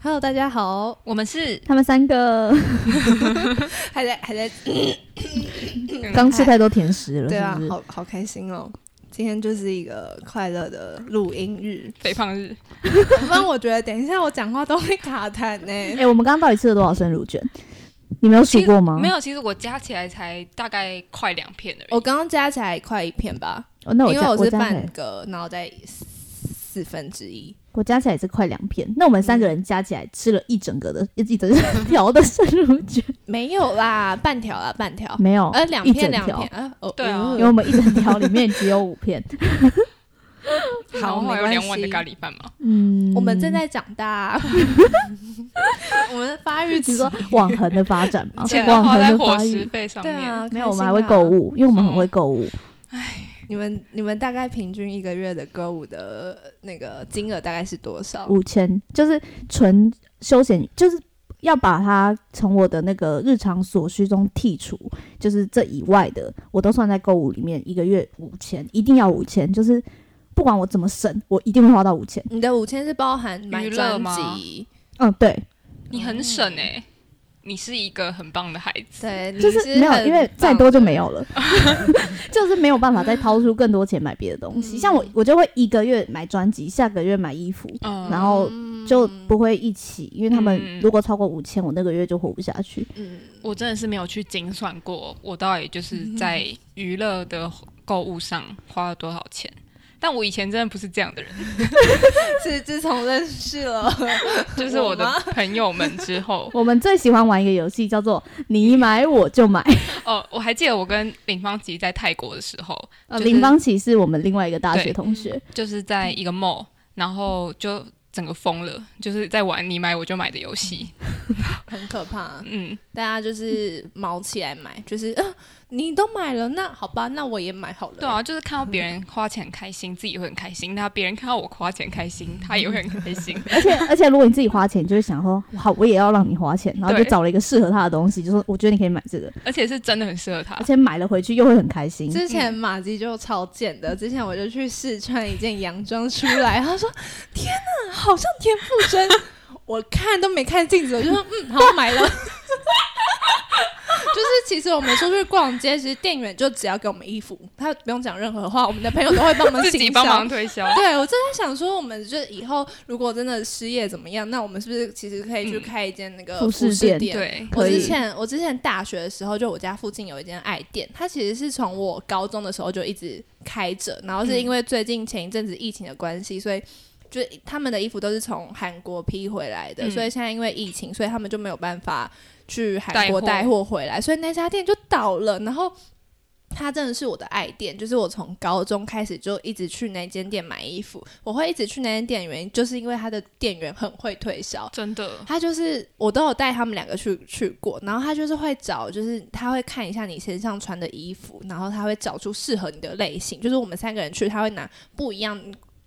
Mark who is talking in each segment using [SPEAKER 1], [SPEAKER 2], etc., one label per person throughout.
[SPEAKER 1] Hello，大家好，
[SPEAKER 2] 我们是
[SPEAKER 3] 他们三个
[SPEAKER 1] 还在还 在，
[SPEAKER 3] 刚吃太多甜食了，
[SPEAKER 1] 对啊
[SPEAKER 3] 是不，是
[SPEAKER 1] 好好开心哦。今天就是一个快乐的录音日，
[SPEAKER 2] 肥胖日，
[SPEAKER 1] 不然我觉得等一下我讲话都会卡痰呢、
[SPEAKER 3] 哎、我们刚刚到底吃了多少生乳卷？你没有数
[SPEAKER 2] 其实
[SPEAKER 3] 过吗？
[SPEAKER 2] 没、有，其实我加起来才大概快两片而已。
[SPEAKER 1] 我刚刚加起来快一片吧，
[SPEAKER 3] 哦。那我
[SPEAKER 1] 因
[SPEAKER 3] 加
[SPEAKER 1] 为
[SPEAKER 3] 我
[SPEAKER 1] 是
[SPEAKER 3] 加起
[SPEAKER 1] 半
[SPEAKER 3] 来，
[SPEAKER 1] 个，然后再四分之一。
[SPEAKER 3] 我加起来也是快两片。那我们三个人加起来吃了一整个的，
[SPEAKER 1] 嗯
[SPEAKER 3] 一一整条的 生乳卷，
[SPEAKER 1] 没有啦，半条啦，半条，
[SPEAKER 3] 没有，
[SPEAKER 1] 呃，两
[SPEAKER 3] 嗯一
[SPEAKER 1] 片
[SPEAKER 3] 整
[SPEAKER 1] 两
[SPEAKER 3] 条
[SPEAKER 1] 片，，啊，哦，
[SPEAKER 2] 对啊
[SPEAKER 1] 嗯
[SPEAKER 3] 因为我们一整条里面只有五 片。
[SPEAKER 2] 然
[SPEAKER 1] 好，
[SPEAKER 2] 后
[SPEAKER 1] 没
[SPEAKER 2] 还有
[SPEAKER 1] 关
[SPEAKER 2] 两碗的
[SPEAKER 1] 系
[SPEAKER 2] 咖喱 饭嘛，，
[SPEAKER 3] 嗯，
[SPEAKER 1] 我们正在长 大， 我们的发育期
[SPEAKER 3] 你说往横的发展 嘛
[SPEAKER 2] 钱都
[SPEAKER 3] 往
[SPEAKER 2] 花
[SPEAKER 3] 横
[SPEAKER 2] 在
[SPEAKER 3] 的
[SPEAKER 2] 伙
[SPEAKER 3] 发
[SPEAKER 2] 食
[SPEAKER 3] 育。
[SPEAKER 2] 费上
[SPEAKER 1] 对
[SPEAKER 2] 面。
[SPEAKER 1] 啊，
[SPEAKER 3] 没有，我
[SPEAKER 1] 开心啊
[SPEAKER 3] 们还会购。物，因为我们很会购物。
[SPEAKER 1] 你们你们大概平均一个月的歌舞的那个金额大概是多少？
[SPEAKER 3] 五千，就是纯休闲，就是要把它从我的那个日常所需中剔除，就是这以外的，我都算在购物里面。一个月五千，一定要五千，就是不管我怎么省，我一定会花到五千。
[SPEAKER 1] 你的五千是包含买
[SPEAKER 2] 娱乐
[SPEAKER 1] 专
[SPEAKER 2] 吗
[SPEAKER 1] 辑，
[SPEAKER 3] 嗯，对，
[SPEAKER 2] 你很省哎、你是一个很棒的孩子。
[SPEAKER 1] 对，你
[SPEAKER 3] 就是没有，
[SPEAKER 1] 很
[SPEAKER 3] 因为再多就
[SPEAKER 1] 棒的
[SPEAKER 3] 没有了， 就是没有办法再掏出更多钱买别的东西。
[SPEAKER 1] 嗯
[SPEAKER 3] 像我，我就会一个月买专辑，下个月买衣服，
[SPEAKER 2] 嗯
[SPEAKER 3] 然后就
[SPEAKER 1] 嗯
[SPEAKER 3] 不会一起，因为他
[SPEAKER 2] 嗯
[SPEAKER 3] 们如果超过五千，我那个月就活不下去。
[SPEAKER 1] 嗯，
[SPEAKER 2] 我真的是没有去精算过，我到底就是在娱乐的购物上花了多少钱。但我以前真的不是这样的人，
[SPEAKER 1] 是自从认识了，
[SPEAKER 2] 就是我的
[SPEAKER 1] 我吗
[SPEAKER 2] 朋友们之后，
[SPEAKER 3] 我们最喜欢玩一个游戏，叫做“你买我就买
[SPEAKER 2] 哦，我还记得我跟林芳琪在泰国的时候，”。
[SPEAKER 3] 呃，
[SPEAKER 2] 就是
[SPEAKER 3] 林邦琪是我们另外一个大学同学，
[SPEAKER 2] 就是在一个 mall，然后就整个疯了，就是在玩你买我就买的游戏。
[SPEAKER 1] 很可怕。
[SPEAKER 2] 嗯，
[SPEAKER 1] 大家就是毛起来买，就是、呃、你都买了，那好吧，那我也买好了。
[SPEAKER 2] 对啊，就是看到别人花钱开心，自己也会很开心；那别人看到我花钱开心，他也会很开心。
[SPEAKER 3] 而且而且如果你自己花钱，就会想说，好，我也要让你花钱，然后就
[SPEAKER 2] 对
[SPEAKER 3] 找了一个适合他的东西，就说我觉得你可以买这个，
[SPEAKER 2] 而且是真的很适合他
[SPEAKER 3] 而。且买了回去又会很开
[SPEAKER 2] 嗯
[SPEAKER 3] 心。
[SPEAKER 1] 之前马吉就超贱的，之前我就去试穿一件洋装出来，他说：“天哪，好像田馥甄。”我看都没看镜子，我就说：“嗯，好买了。” 就是其实我们出去逛街，其实店员就只要给我们衣服，他不用讲任何话，我们的朋友都会 帮我们
[SPEAKER 2] 自己
[SPEAKER 1] 行
[SPEAKER 2] 帮
[SPEAKER 1] 销
[SPEAKER 2] 忙。推 销，
[SPEAKER 1] 对，我正在想说，我们就以后如果真的失业怎么样，那我们是不是其实可以去
[SPEAKER 2] 嗯
[SPEAKER 1] 开一间那个
[SPEAKER 3] 服饰店
[SPEAKER 1] 店？
[SPEAKER 2] 对，
[SPEAKER 1] 我
[SPEAKER 3] 可以
[SPEAKER 1] 之前我之前大学的时候，就我家附近有一间爱店，它其实是从我高中的时候就一直开着，然后是因为最近前一阵子疫情的关系，所以。就他们的衣服都是从韩国批回来的，
[SPEAKER 2] 嗯
[SPEAKER 1] 所以现在因为疫情，所以他们就没有办法去韩
[SPEAKER 2] 带
[SPEAKER 1] 国
[SPEAKER 2] 货
[SPEAKER 1] 带货回来，所以那家店就倒了。然后它真的是我的爱店，就是我从高中开始就一直去那间店买衣服。我会一直去那间店，原因就是因为它的店员很会推销，
[SPEAKER 2] 真的。
[SPEAKER 1] 他就是我都有带他们两个去去过，然后他就是会找，就是他会看一下你身上穿的衣服，然后他会找出适合你的类型。就是我们三个人去，他会拿不一样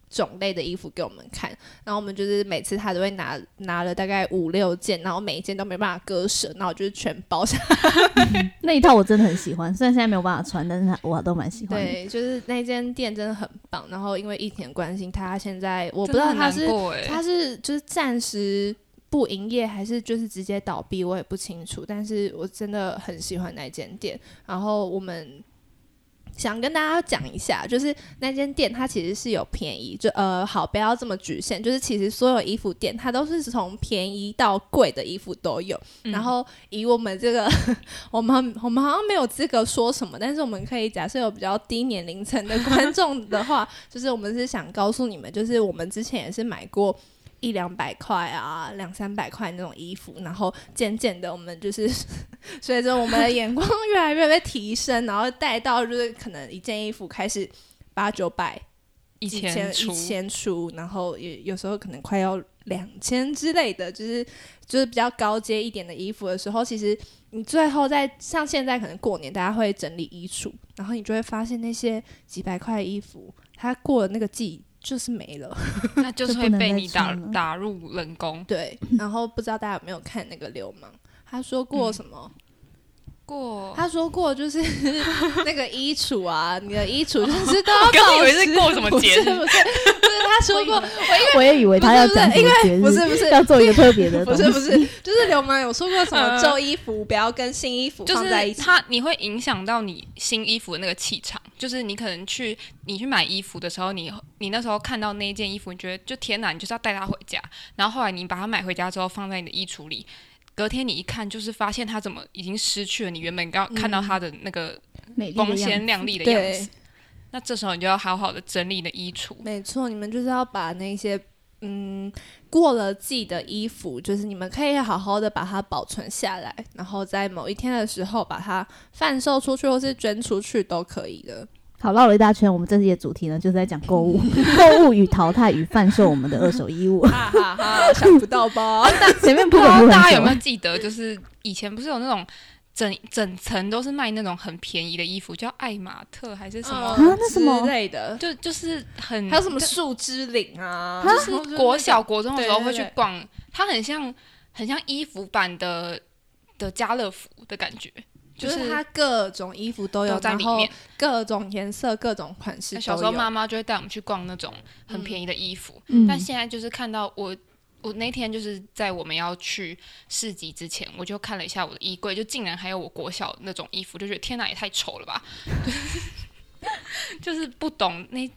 [SPEAKER 1] 种类的衣服给我们看，然后我们就是每次他都会拿拿了大概五六件，然后每一件都没办法割舍，然后我就是全包下来。
[SPEAKER 3] 那一套我真的很喜欢，虽然现在没有办法穿，但是它我都蛮喜欢的。
[SPEAKER 1] 对，就是那间店真的很棒。然后因为疫情的关系，他现在我
[SPEAKER 2] 我
[SPEAKER 1] 不知道他是
[SPEAKER 2] 哎，
[SPEAKER 1] 他是就是暂时不营业，还是就是直接倒闭，我也不清楚。但是我真的很喜欢那间店，然后我们。想跟大家讲一下，就是那间店它其实是有便宜，就呃好不要这么局限，就是其实所有衣服店它都是从便宜到贵的衣服都有。
[SPEAKER 2] 嗯
[SPEAKER 1] 然后以我们这个， 我们我们好像没有资格说什么，但是我们可以假设有比较低年龄层的观众的话，就是我们是想告诉你们，就是我们之前也是买过。一两百块啊，两三百块那种衣服，然后渐渐的，我们就是 随着我们的眼光越来越被提升，然后带到就是可能一件衣服开始八九百、
[SPEAKER 2] 以
[SPEAKER 1] 一
[SPEAKER 2] 前
[SPEAKER 1] 千
[SPEAKER 2] 出
[SPEAKER 1] 一千出，然后也有时候可能快要两千之类的，就是就是比较高阶一点的衣服的时候，其实你最后在像现在可能过年大家会整理衣橱，然后你就会发现那些几百块的衣服，它过了那个季就是没了。
[SPEAKER 2] 那就是会
[SPEAKER 3] 就不能
[SPEAKER 2] 被你
[SPEAKER 3] 再
[SPEAKER 2] 打
[SPEAKER 3] 穿了
[SPEAKER 2] 打入冷宫。
[SPEAKER 1] 对，然后不知道大家有没有看那个流氓，他说
[SPEAKER 2] 嗯
[SPEAKER 1] 过什
[SPEAKER 2] 哦
[SPEAKER 1] 么？
[SPEAKER 2] 过，
[SPEAKER 1] 他说过就是 那个衣橱啊，你的衣橱就是都要
[SPEAKER 2] 哦我刚
[SPEAKER 1] 保
[SPEAKER 2] 以为是
[SPEAKER 1] 持
[SPEAKER 2] 过什么
[SPEAKER 1] 不
[SPEAKER 2] 节
[SPEAKER 1] 是
[SPEAKER 2] 日
[SPEAKER 1] 不是，就是他说过，
[SPEAKER 3] 我也以为他要讲什么节日，
[SPEAKER 1] 不是不是
[SPEAKER 3] 要做一个特别 的
[SPEAKER 1] 不
[SPEAKER 3] 东
[SPEAKER 1] 是
[SPEAKER 3] 西，
[SPEAKER 1] 不是， 就是流氓有说过什么
[SPEAKER 2] 呃
[SPEAKER 1] 旧衣服不要跟新衣服
[SPEAKER 2] 就
[SPEAKER 1] 放在一
[SPEAKER 2] 是
[SPEAKER 1] 起，
[SPEAKER 2] 它，你会影响到你新衣服的那个气场。就是你可能去你去买衣服的时候，你你那时候看到那一件衣服，你觉得就天哪，你就是要带它回家。然后后来你把它买回家之后，放在你的衣橱里，隔天你一看，就是发现它怎么已经失去了你原本
[SPEAKER 1] 嗯
[SPEAKER 2] 刚看到它的那个
[SPEAKER 3] 美丽的
[SPEAKER 2] 光
[SPEAKER 3] 样
[SPEAKER 2] 鲜
[SPEAKER 3] 子
[SPEAKER 2] 亮丽的样
[SPEAKER 1] 对
[SPEAKER 2] 子。，那这时候你就要好好的整理你的衣 橱。
[SPEAKER 1] 没错，你们就是要把那些嗯过了季的衣服，就是你们可以好好的把它保存下来，然后在某一天的时候把它贩售出去或是捐出去都可以的。
[SPEAKER 3] 好，绕了一大圈，我们这期的主题呢，就是在讲购物、购物与淘汰与贩售我们的二手衣物。
[SPEAKER 1] 哈哈 哈，想不到吧？
[SPEAKER 3] 前面
[SPEAKER 2] 不
[SPEAKER 3] 不
[SPEAKER 2] 知
[SPEAKER 3] 可
[SPEAKER 2] 道
[SPEAKER 3] 不
[SPEAKER 2] 大家
[SPEAKER 3] 很
[SPEAKER 2] 有
[SPEAKER 3] 熟
[SPEAKER 2] 没有记得，就是以前不是有那种整整层都是卖那种很便宜的衣服，叫爱马特还是什
[SPEAKER 1] 哦
[SPEAKER 2] 么？
[SPEAKER 3] 啊那什么
[SPEAKER 1] 之类的？
[SPEAKER 2] 就就是很
[SPEAKER 1] 还有什么树枝领啊？
[SPEAKER 2] 就
[SPEAKER 1] 然后就是
[SPEAKER 2] 国小国中的时候
[SPEAKER 1] 对对
[SPEAKER 2] 会去
[SPEAKER 1] 对
[SPEAKER 2] 逛，它很像很像衣服版的的家乐福的感觉，
[SPEAKER 1] 那
[SPEAKER 2] 就
[SPEAKER 1] 个，就是
[SPEAKER 2] 是
[SPEAKER 1] 它各种衣服都有，
[SPEAKER 2] 都在
[SPEAKER 1] 然
[SPEAKER 2] 里
[SPEAKER 1] 后
[SPEAKER 2] 面。
[SPEAKER 1] 各种颜色、各种款式
[SPEAKER 2] 那
[SPEAKER 1] 都
[SPEAKER 2] 小时候
[SPEAKER 1] 有
[SPEAKER 2] 妈妈就会带我们去逛那种很便宜的衣服，
[SPEAKER 3] 嗯
[SPEAKER 2] 但现在就是看到我。我那天就是在我们要去市集之前，我就看了一下我的衣柜，就竟然还有我国小那种衣服，就觉得天哪，也太丑了吧！ 就是就是不懂那，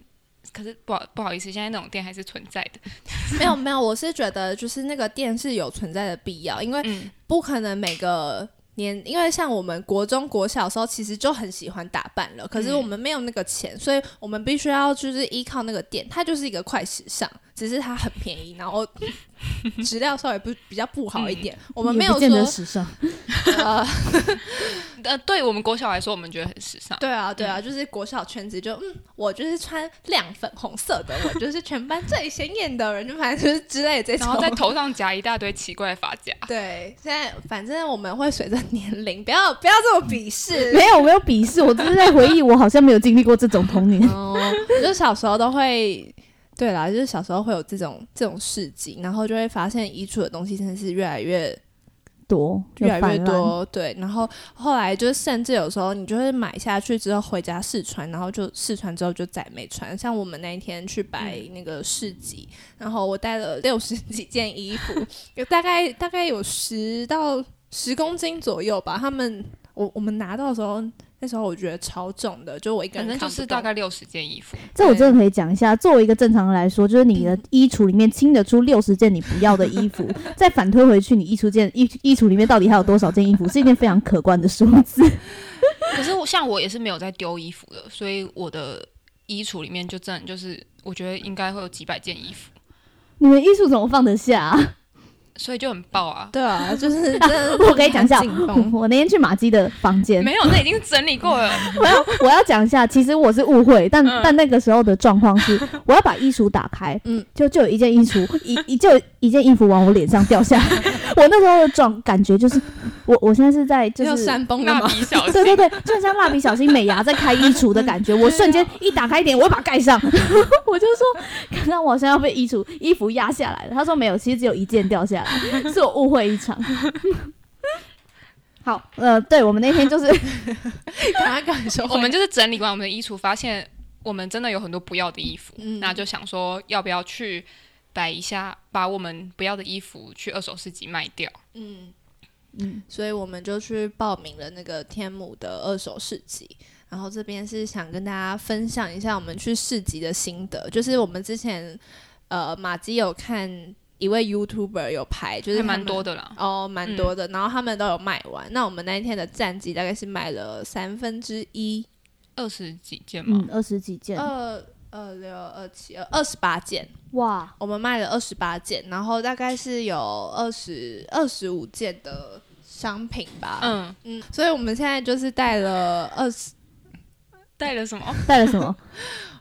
[SPEAKER 2] 可是不好不好意思，现在那种店还是存在的。
[SPEAKER 1] 没有没有，我是觉得就是那个店是有存在的必要，因为
[SPEAKER 2] 嗯，
[SPEAKER 1] 不可能每个年，因为像我们国中、国小的时候，其实就很喜欢打扮了，可是我们没有那个钱，所以我们必须要就是依靠那个店，它就是一个快时尚，只是它很便宜，然后
[SPEAKER 2] 嗯
[SPEAKER 1] 质量稍微不比较不好一点。我们没
[SPEAKER 3] 也不
[SPEAKER 1] 有
[SPEAKER 3] 见得
[SPEAKER 1] 说，
[SPEAKER 3] 时尚，
[SPEAKER 1] 呃，
[SPEAKER 2] 呃，对我们国小来说，我们觉得很时尚。
[SPEAKER 1] 对啊，对啊，就是国小圈子就嗯，我就是穿亮粉红色的，我就是全班最显眼的人，就反正就是之类的这种。
[SPEAKER 2] 然后在头上夹一大堆奇怪的发夹，
[SPEAKER 1] 对，现在反正我们会随着年龄，不要不要这么鄙视，
[SPEAKER 3] 没有没有鄙视，我只是在回忆，我好像没有经历过这种童 年。
[SPEAKER 1] 哦，就小时候都会，对啦，就是小时候会有这种这种事情，然后就会发现遗嘱的东西真的是越来越
[SPEAKER 3] 多
[SPEAKER 1] 越来越，
[SPEAKER 3] 就泛滥
[SPEAKER 1] 多，对。然后后来就是甚至有时候你就会买下去之后回家试穿，然后就试穿之后就再也没穿。像我们那一天去摆
[SPEAKER 3] 嗯
[SPEAKER 1] 那个市集，然后我带了六十几件衣服， 有大概大概有十到十公斤左右吧。他们我我们拿到的时候。那时候我觉得超重的，就我一个
[SPEAKER 2] 反
[SPEAKER 1] 人
[SPEAKER 2] 正就
[SPEAKER 1] 扛不
[SPEAKER 2] 是大
[SPEAKER 1] 动
[SPEAKER 2] 概六十件衣 服。
[SPEAKER 3] 这我真的可以讲一下。作为一个正常人来说，就是你的衣橱里面清得出六十件你不要的 衣服，再反推回去，你衣橱件衣衣橱里面到底还有多少件衣服，是一件非常可观的数字。
[SPEAKER 2] 可是我像我也是没有在丢衣服的，所以我的衣橱里面就真的就是，我觉得应该会有几百件衣服，
[SPEAKER 3] 你们衣橱怎么放得下啊、
[SPEAKER 2] 所以就很爆啊。
[SPEAKER 1] 对啊，就是真 的
[SPEAKER 3] 我可以讲一下
[SPEAKER 1] 很紧绷
[SPEAKER 3] 我那天去马姬的房间，
[SPEAKER 2] 没有，那已经整理过了。
[SPEAKER 3] 我要我要讲一下，其实我是误会，但、
[SPEAKER 2] 嗯
[SPEAKER 3] 但那个时候的状况是，我要把衣橱打开，
[SPEAKER 1] 嗯
[SPEAKER 3] 嗯，就就有一件衣橱，一一就有一件衣服往我脸上掉下来。我那时候的状感觉就是，我我现在是在就
[SPEAKER 1] 要
[SPEAKER 3] 是。
[SPEAKER 1] 山崩了
[SPEAKER 2] 蜡
[SPEAKER 1] 吗？
[SPEAKER 2] 笔 小新，
[SPEAKER 3] 对对对，就很像蜡笔小新美伢在开衣橱的感觉。我瞬间一打开一点，我会把它盖上。我就说，刚刚我好像要被衣橱衣服压下来了。他说没有，其实只有一件掉下来，是我误会一场。好，呃，对我们那天就是
[SPEAKER 1] 大家感受
[SPEAKER 2] 我们就是整理完我们的衣橱，发现我们真的有很多不要的衣服，
[SPEAKER 1] 嗯
[SPEAKER 2] 那就想说要不要去摆一下，把我们不要的衣服去二手市集卖掉。
[SPEAKER 1] 嗯，
[SPEAKER 3] 嗯
[SPEAKER 1] 所以我们就去报名了那个天母的二手市集。然后这边是想跟大家分享一下我们去市集的心得，就是我们之前呃马基有看一位 YouTuber 有拍，就是
[SPEAKER 2] 还
[SPEAKER 1] 他们
[SPEAKER 2] 蛮多的啦，
[SPEAKER 1] 哦，蛮多的。然后他们都有卖完，那我们那一天的战绩大概是卖了三分之一，
[SPEAKER 2] 二十几件嘛
[SPEAKER 3] 嗯，二十几件，
[SPEAKER 1] 二二六二七二二十八件。
[SPEAKER 3] 哇，
[SPEAKER 1] 我们卖了二十八件，然后大概是有二十二十五件的商品吧。嗯
[SPEAKER 2] 嗯，
[SPEAKER 1] 所以我们现在就是带了二十，
[SPEAKER 2] 带了什么？哦
[SPEAKER 3] 带了什么？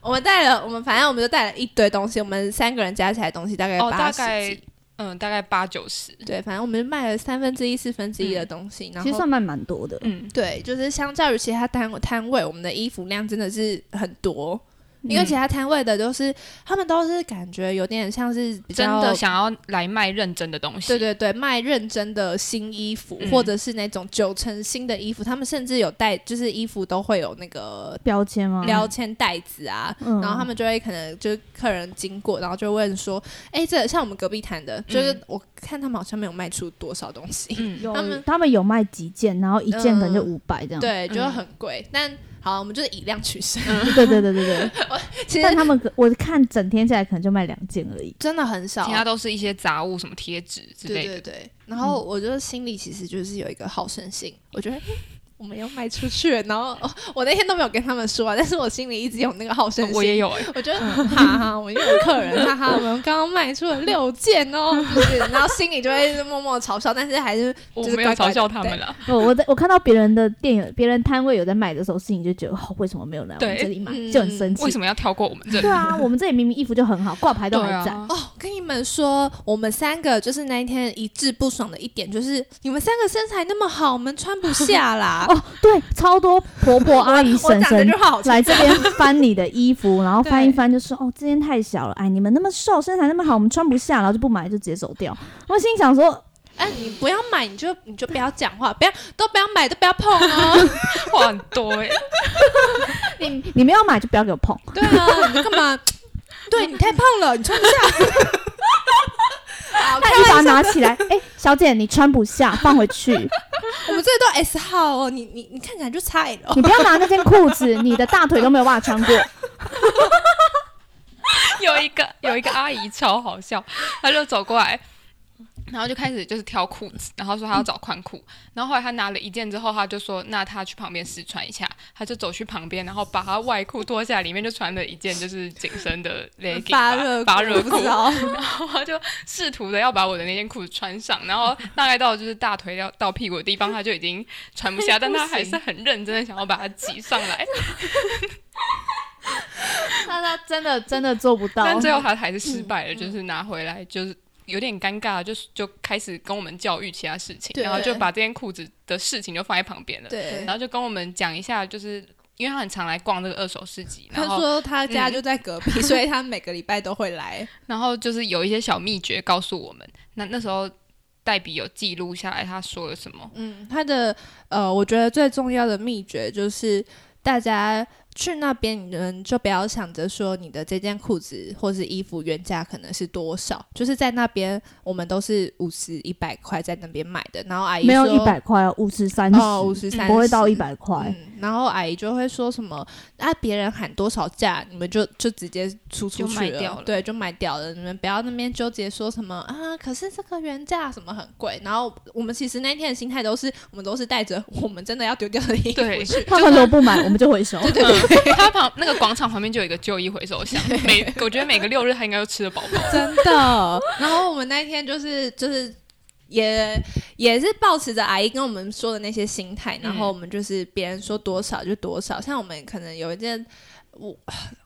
[SPEAKER 1] 我们带了，我们反正我们就带了一堆东西，我们三个人加起来东西大概
[SPEAKER 2] 哦，
[SPEAKER 1] 八
[SPEAKER 2] 大
[SPEAKER 1] 十
[SPEAKER 2] 概
[SPEAKER 1] 几。
[SPEAKER 2] 嗯，大概八九十。
[SPEAKER 1] 对，反正我们就卖了三分之一、四分之一的东 西，然
[SPEAKER 3] 其实
[SPEAKER 1] 后
[SPEAKER 3] 算卖蛮多的。
[SPEAKER 2] 嗯，
[SPEAKER 1] 对，就是相较于其他摊摊位，我们的衣服量真的是很多。
[SPEAKER 3] 嗯
[SPEAKER 1] 因为其他摊位的都是他们都是感觉有点像是比
[SPEAKER 2] 真
[SPEAKER 1] 较
[SPEAKER 2] 的想要来卖认真的东西。
[SPEAKER 1] 对对对，卖认真的新衣服，
[SPEAKER 2] 嗯
[SPEAKER 1] 或者是那种九成新的衣服，他们甚至有带，就是衣服都会有那个
[SPEAKER 3] 标签吗？
[SPEAKER 1] 标签袋子啊，
[SPEAKER 3] 嗯
[SPEAKER 1] 然后他们就会可能就是客人经过，然后就问说，哎、这像我们隔壁摊的，就是我看他们好像没有卖出多少东西，
[SPEAKER 2] 嗯，
[SPEAKER 3] 有
[SPEAKER 1] 他们
[SPEAKER 3] 他们有卖几件，然后一件可能就
[SPEAKER 1] 嗯嗯
[SPEAKER 3] 五百这样。
[SPEAKER 1] 对，就会很贵，但。好，我们就是以量取胜。
[SPEAKER 3] 对对对对对。
[SPEAKER 1] 其
[SPEAKER 3] 但
[SPEAKER 1] 实
[SPEAKER 3] 他们可我看整天下来可能就卖两件而已。
[SPEAKER 1] 真的很少，
[SPEAKER 2] 其他都是一些杂物，什么贴纸之
[SPEAKER 1] 对
[SPEAKER 2] 类的。
[SPEAKER 1] 对对。然后我就心里其实就是有一个好胜心，我觉得。嗯我们要卖出去了，然后、哦我那天都没有跟他们说、啊，但 是我心里一直有那个好胜心。
[SPEAKER 2] 我也有哎、
[SPEAKER 1] 我觉得哈哈，我又有客人，哈哈，我们刚刚卖出了六件哦，就是，然后心里就会默默嘲笑，但是还是
[SPEAKER 2] 我
[SPEAKER 1] 就是
[SPEAKER 2] 没有
[SPEAKER 1] 乖乖
[SPEAKER 2] 嘲
[SPEAKER 1] 地
[SPEAKER 2] 笑他们啦。
[SPEAKER 3] 我我在我看到别人的店有别人摊位有在卖的时候，心里就觉得哦，为什么没有来我们
[SPEAKER 2] 对
[SPEAKER 3] 这里买，
[SPEAKER 1] 嗯
[SPEAKER 3] 就很生气
[SPEAKER 2] 为。什么要跳过我们这里
[SPEAKER 3] 对？啊，我们这里明明衣服就很好，挂牌都还
[SPEAKER 2] 对啊
[SPEAKER 3] 在。
[SPEAKER 1] 哦，跟你们说，我们三个就是那一天一致不爽的一点，就是你们三个身材那么好，我们穿不下 啦。
[SPEAKER 3] 哦，对，超多婆婆、阿姨、
[SPEAKER 1] 我
[SPEAKER 3] 婶
[SPEAKER 1] 讲这
[SPEAKER 3] 婶
[SPEAKER 1] 句话好奇
[SPEAKER 3] 来这边翻你的衣服，然后翻一
[SPEAKER 1] 对
[SPEAKER 3] 翻就说：“哦，这件太小了，哎，你们那么瘦，身材那么好，我们穿不下，然后就不买，就直接走掉。”我心里想说
[SPEAKER 1] 哎、你不要买，你就你就不要讲话，不要都不要买，都不要碰 哦。
[SPEAKER 2] 话很多哎、：“
[SPEAKER 3] 你 你们要买就不要给我 碰。
[SPEAKER 1] 对啊，你干嘛？对你太胖了，你穿 不下。”好，”
[SPEAKER 3] 他
[SPEAKER 1] 看
[SPEAKER 3] 一把拿起来， 哎，小姐，你穿不下，放回 去。
[SPEAKER 1] 我们这里都 S 号哦，你你你看起来就差 L。
[SPEAKER 3] 你不要拿那件裤子，你的大腿都没有办法穿 过。
[SPEAKER 2] 有一个有一个阿姨超好笑，她就走过来，然后就开始就是挑裤子，然后说她要找宽裤，然后后来她拿了一件之后，她就说那她去旁边试穿一下，她就走去旁边，然后把她外裤脱下来，里面就穿了一件就是紧身的 legging 吧
[SPEAKER 1] 热
[SPEAKER 2] 发
[SPEAKER 1] 发
[SPEAKER 2] 热裤，然
[SPEAKER 1] 哦，
[SPEAKER 2] 后她就试图的要把我的那件裤子穿上，然后大概到就是大腿要到屁股的地方，她就已经穿不下，但她还是很认真的想要把它挤上来，
[SPEAKER 3] 那他真的真的做不到
[SPEAKER 2] 但最后他还是失败了，就是拿回来，就是有点尴尬，就是就开始跟我们教育其他事情，
[SPEAKER 1] 对
[SPEAKER 2] 然后就把这件裤子的事情就放在旁边了，
[SPEAKER 1] 对
[SPEAKER 2] 然。后就跟我们讲一下，就是因为他很常来逛这个二手市集，
[SPEAKER 1] 他
[SPEAKER 2] 然后
[SPEAKER 1] 说他家
[SPEAKER 3] 嗯
[SPEAKER 1] 就在隔 壁，所以他每个礼拜都会来。
[SPEAKER 2] 然后就是有一些小秘诀告诉我们，那那时候。黛比有记录下来，他说了什么？
[SPEAKER 1] 嗯，他的呃，我觉得最重要的秘诀就是大家。去那边，你们就不要想着说你的这件裤子或是衣服原价可能是多少，就是在那边我们都是五十一百块在那边买的，然后阿姨
[SPEAKER 3] 没有
[SPEAKER 1] 说
[SPEAKER 3] 一百块哦，五十三
[SPEAKER 1] 哦五十三
[SPEAKER 3] 不会到一百块。
[SPEAKER 1] 嗯，然后阿姨就会说什么，啊，别人喊多少价，你们就就直接出出
[SPEAKER 2] 就
[SPEAKER 1] 去
[SPEAKER 2] 卖掉了
[SPEAKER 1] 对，就买掉了。你们不要那边纠结说什么啊，可是这个原价什么很贵。然后我们其实那天的心态都是，我们都是带着我们真的要丢掉的衣服
[SPEAKER 2] 对
[SPEAKER 1] 去。
[SPEAKER 3] 他们如果不买，我们就 回收。
[SPEAKER 2] 对他旁那个广场旁边就有一个旧衣回收箱，每我觉得每个六日他应该都吃得饱饱。
[SPEAKER 1] 真的。然后我们那天就是就是也也是保持着阿姨跟我们说的那些心态，然后我们就是别人说多少就多少。像我们可能有一件，我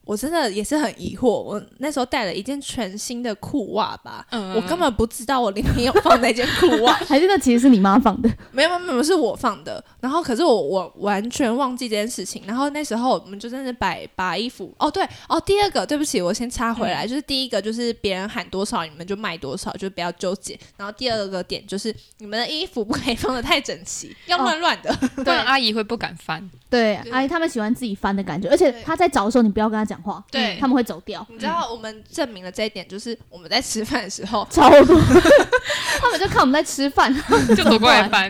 [SPEAKER 1] 我真的也是很疑惑，我那时候带了一件全新的裤袜吧。
[SPEAKER 2] 嗯，
[SPEAKER 1] 我根本不知道我里面有放那件裤袜，
[SPEAKER 3] 还是那其实是你妈放的，
[SPEAKER 1] 没有没有没有是我放的，然后可是我我完全忘记这件事情，然后那时候我们就真的摆把衣服哦对哦第二个对不起我先插回来，
[SPEAKER 3] 嗯
[SPEAKER 1] 就是第一个就是别人喊多少你们就卖多少，就不要纠结，然后第二个点就是你们的衣服不可以放的太整 齐，要乱乱
[SPEAKER 3] 哦
[SPEAKER 1] 的，
[SPEAKER 3] 嗯
[SPEAKER 2] 不然阿姨会不敢翻。
[SPEAKER 3] 对，
[SPEAKER 1] 对
[SPEAKER 3] 阿姨他们喜欢自己翻的感觉，而且
[SPEAKER 1] 对
[SPEAKER 3] 他在找的时候，你不要跟他讲话，
[SPEAKER 1] 对
[SPEAKER 3] 他们会走掉，
[SPEAKER 1] 你知道我们证明了这一点，就是我们在吃饭的时 候，
[SPEAKER 3] 超多，他们就看我们在吃饭，
[SPEAKER 2] 就走过来翻，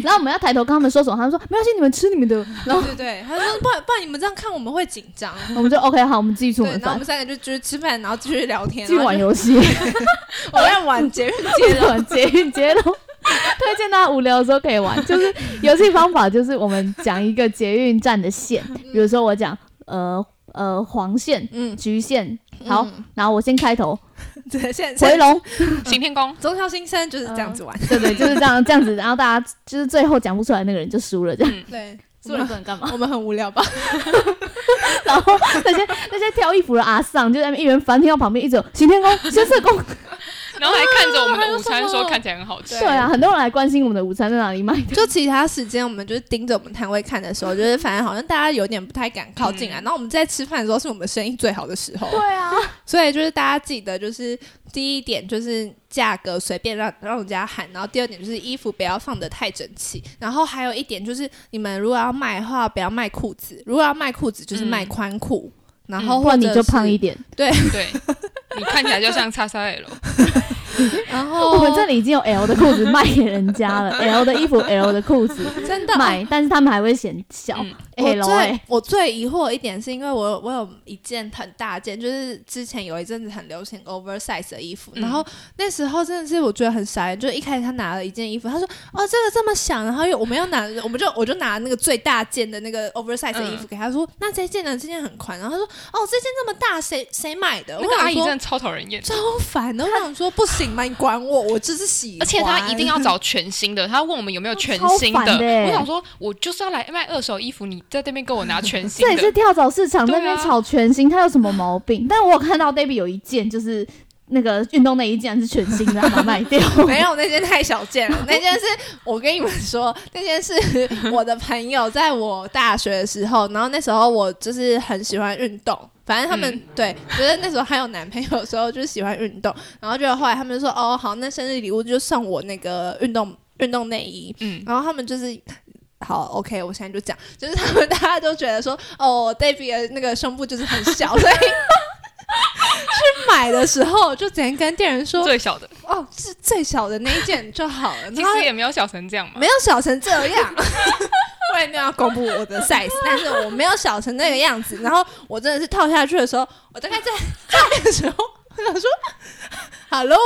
[SPEAKER 3] 然后我们要抬头跟他们说什么，他们说没关系，你们吃你们的，然后
[SPEAKER 1] 对对对，他说不然不然你们这样看我们会紧 张，
[SPEAKER 3] 我们就 OK 好，我们自己出
[SPEAKER 1] 对，
[SPEAKER 3] 门
[SPEAKER 1] 然后我
[SPEAKER 3] 饭
[SPEAKER 1] 们，三个就就是吃饭，然后继续聊天，
[SPEAKER 3] 继续
[SPEAKER 1] 然后
[SPEAKER 3] 玩
[SPEAKER 1] 就
[SPEAKER 3] 游戏，
[SPEAKER 1] 我在玩节日
[SPEAKER 3] 接 着玩捷运接龙。推荐大家无聊的时候可以玩，就是游戏方法就是我们讲一个捷运站的线，比如说我讲呃呃黄线、
[SPEAKER 1] 嗯
[SPEAKER 3] 橘线，好，
[SPEAKER 1] 嗯
[SPEAKER 3] 然后我先开头，
[SPEAKER 1] 对，现在
[SPEAKER 3] 回龙，
[SPEAKER 2] 行天宫。
[SPEAKER 1] 中校新生就是这样子玩，
[SPEAKER 3] 对对，就是这样这样子，然后大家就是最后讲不出来那个人就输了，这样。
[SPEAKER 1] 对，
[SPEAKER 3] 输了不能干嘛？
[SPEAKER 1] 我们很无聊 吧？
[SPEAKER 3] 然后那些那些挑衣服的阿桑就在那边一人翻，听到旁边一直有行天宫、先社宫，
[SPEAKER 2] 然后还看着我们的午
[SPEAKER 1] 还有
[SPEAKER 2] 餐
[SPEAKER 1] 什么
[SPEAKER 2] 说看起来很好吃。
[SPEAKER 3] 对啊，很多人来关心我们的午餐在哪里买的。
[SPEAKER 1] 就其他时间，我们就是盯着我们摊位看的时候，就是反正好像大家有点不太敢靠近来。啊
[SPEAKER 2] 嗯
[SPEAKER 1] 然后我们在吃饭的时候，是我们生意最好的时候。
[SPEAKER 3] 啊，
[SPEAKER 1] 所以就是大家记得，就是第一点就是价格随便让让人家喊，然后第二点就是衣服不要放的太整齐，然后还有一点就是你们如果要卖的话，不要卖裤子，如果要卖裤子就是卖宽裤，然后
[SPEAKER 3] 嗯不
[SPEAKER 1] 或
[SPEAKER 3] 然
[SPEAKER 1] 者
[SPEAKER 3] 你
[SPEAKER 1] 是
[SPEAKER 3] 就胖一，点。
[SPEAKER 2] 对，你看起来就像叉叉 L，
[SPEAKER 1] 然后
[SPEAKER 3] 我们这里已经有 L 的裤子卖给人家 了，L 的衣服、L 的裤子
[SPEAKER 1] 真的
[SPEAKER 3] 买，但是他们还会嫌小
[SPEAKER 1] 啊
[SPEAKER 2] 嗯
[SPEAKER 3] L
[SPEAKER 1] 我最
[SPEAKER 3] 哎，
[SPEAKER 1] 我最疑惑一点是因为我有我有一件很大件，就是之前有一阵子很流行 oversize 的衣服，
[SPEAKER 2] 嗯
[SPEAKER 1] 然后那时候真的是我觉得很傻眼，就一开始他拿了一件衣服，他说哦这个这么小，然后又我们又拿，我们就我就拿那个最大件的那个 oversize 的衣
[SPEAKER 2] 嗯
[SPEAKER 1] 服给他说，那这件呢这件很宽，然后他说哦这件这么大，谁谁买的？
[SPEAKER 2] 那个阿姨
[SPEAKER 1] 我
[SPEAKER 2] 真
[SPEAKER 1] 想
[SPEAKER 2] 的
[SPEAKER 1] 说
[SPEAKER 2] 超讨人厌。
[SPEAKER 1] 超烦的，我想说不行吗？你管我，我就是喜欢，
[SPEAKER 2] 而且她一定要找全新的，她问我们有没有全新
[SPEAKER 3] 超烦
[SPEAKER 2] 的。
[SPEAKER 3] 的欸
[SPEAKER 2] 我想说，我就是要来卖二手衣服，你在那边给我拿全 新
[SPEAKER 3] 这也是
[SPEAKER 2] 的，
[SPEAKER 3] 跳蚤市场
[SPEAKER 2] 对
[SPEAKER 3] 那
[SPEAKER 2] 啊
[SPEAKER 3] 边炒全新，它有什么毛病？但我有看到 Debbie 有一件就是那个运动内衣，竟然是全新的，他把它卖掉。
[SPEAKER 1] 没有，那件太小件了。那件是我跟你们说，那件是我的朋友在我大学的时候，然后那时候我就是很喜欢运动。反正他们、
[SPEAKER 2] 嗯
[SPEAKER 1] 对，就是那时候还有男朋友的时候，就是喜欢运动，然后就后来他们就说，哦，好，那生日礼物就送我那个运动运动内衣，
[SPEAKER 2] 嗯，
[SPEAKER 1] 然后他们就是。好，OK，我现在就讲，就是他们大家都觉得说，哦，David 的那个胸部就是很小，所以去买的时候就直接跟店员说，
[SPEAKER 2] 最小的，
[SPEAKER 1] 哦，是最小的那一件就好 了。
[SPEAKER 2] 其
[SPEAKER 1] 然后
[SPEAKER 2] 实也没有小成这样嘛
[SPEAKER 1] 没。有小成这样， 我也没有要公布我 的 size，但是我没有小成那个样子。然后我真的是套下去的时候，我大概 在在的时候，我想说，hello，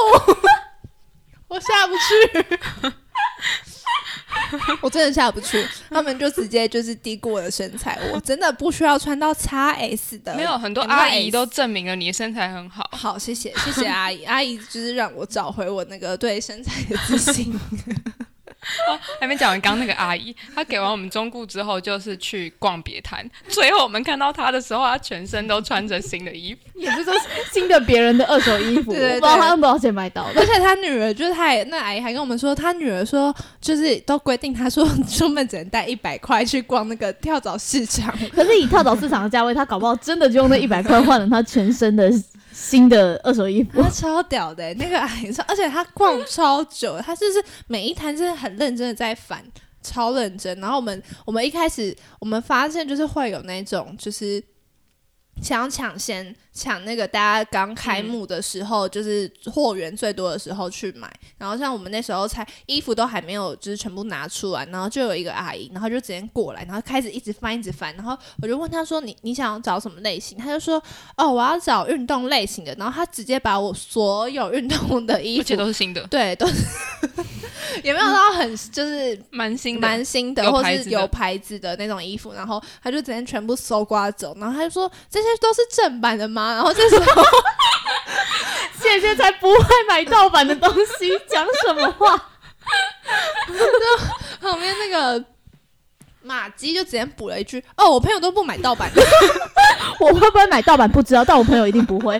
[SPEAKER 1] 我下不去。 我真的下不去，他们就直接就是低估我的身材，我真的不需要穿到 x S 的。
[SPEAKER 2] 没有很多
[SPEAKER 1] M
[SPEAKER 2] 阿姨
[SPEAKER 1] S
[SPEAKER 2] 都证明了你的身材很好。
[SPEAKER 1] 好，谢谢谢谢 阿姨，阿姨就是让我找回我那个对身材的自信。
[SPEAKER 2] 哦，还没讲完，刚刚那个阿姨，她给完我们中顾之后，就是去逛别摊。 最后我们看到她的时候，她全身都穿着新的衣服。
[SPEAKER 3] 也就是说新的别人的二手 衣服，我不
[SPEAKER 1] 对对对
[SPEAKER 3] 知道他用多少钱买到 的
[SPEAKER 1] 而。且他女儿就是他也那阿姨还跟我们说，他女儿说就是都规定，他说 出门只能带一百块去逛那个跳蚤市场。
[SPEAKER 3] 可是以跳蚤市场的价位，他搞不好真的就用那一百块换了他全身的新的二手衣 服
[SPEAKER 1] 他。超屌的、欸那个阿姨说，而且他逛超久，他就是每一摊真的很认真的在翻，超认真。然后我们我们一开始我们发现就是会有那种就是想要抢先抢那个大家刚开幕的时候，就是货源最多的时候去买。然后像我们那时候才衣服都还没有就是全部拿出来，然后就有一个阿姨，然后就直接过来，然后开始一直翻一直翻。然后我就问她说你你想要找什么类型？她就说哦我要找运动类型的。然后她直接把我所有运动的衣
[SPEAKER 2] 而且
[SPEAKER 1] 服
[SPEAKER 2] 都是新的，
[SPEAKER 1] 对都 是也没有到很就是
[SPEAKER 2] 蛮新的，
[SPEAKER 1] 蛮新的，
[SPEAKER 2] 有
[SPEAKER 1] 或
[SPEAKER 2] 牌
[SPEAKER 1] 是
[SPEAKER 2] 子的
[SPEAKER 1] 有牌子的那种衣服，然后他就直接全部搜刮走，然后他就说这些都是正版的吗？然后这时候
[SPEAKER 3] 谢谢才不会买盗版的东西，讲什么话？
[SPEAKER 1] 旁边那个马姬就直接补了一句：“哦，我朋友都不买盗版的，
[SPEAKER 3] 我会不会买盗版不知道，但我朋友一定不 会。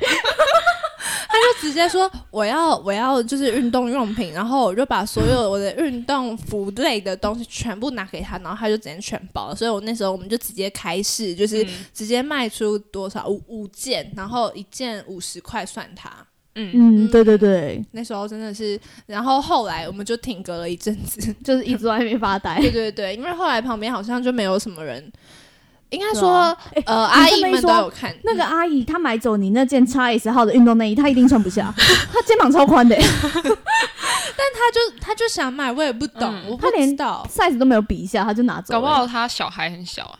[SPEAKER 1] 他就直接说我要我要就是运动用品，然后我就把所有我的运动服类的东西全部拿给他，然后他就直接全包了。所以我那时候我们就直接开市，就是
[SPEAKER 2] 嗯
[SPEAKER 1] 直接卖出多少五五件，然后一件五十块算他。”
[SPEAKER 2] 嗯，
[SPEAKER 3] 嗯，对对对，
[SPEAKER 1] 那时候真的是，然后后来我们就停格了一阵子。
[SPEAKER 3] 就是一直在外面发 呆。
[SPEAKER 1] 对对对，因为后来旁边好像就没有什么人，应该
[SPEAKER 3] 是
[SPEAKER 1] 说、
[SPEAKER 3] 啊哎
[SPEAKER 1] 呃
[SPEAKER 3] 你
[SPEAKER 1] 阿
[SPEAKER 3] 这
[SPEAKER 1] 姨
[SPEAKER 3] 么一
[SPEAKER 1] 们都
[SPEAKER 3] 说
[SPEAKER 1] 有看
[SPEAKER 3] 那个阿姨她买走你那件 XS 号的运动内衣，她一定穿不 下，她肩膀超宽的、
[SPEAKER 1] 他就他就想买，我也不懂，
[SPEAKER 2] 嗯
[SPEAKER 1] 我不
[SPEAKER 3] 她连
[SPEAKER 1] 知道。
[SPEAKER 3] s i z e 都没有比一下，她就拿走了。嗯
[SPEAKER 2] 搞不好她小孩很小啊，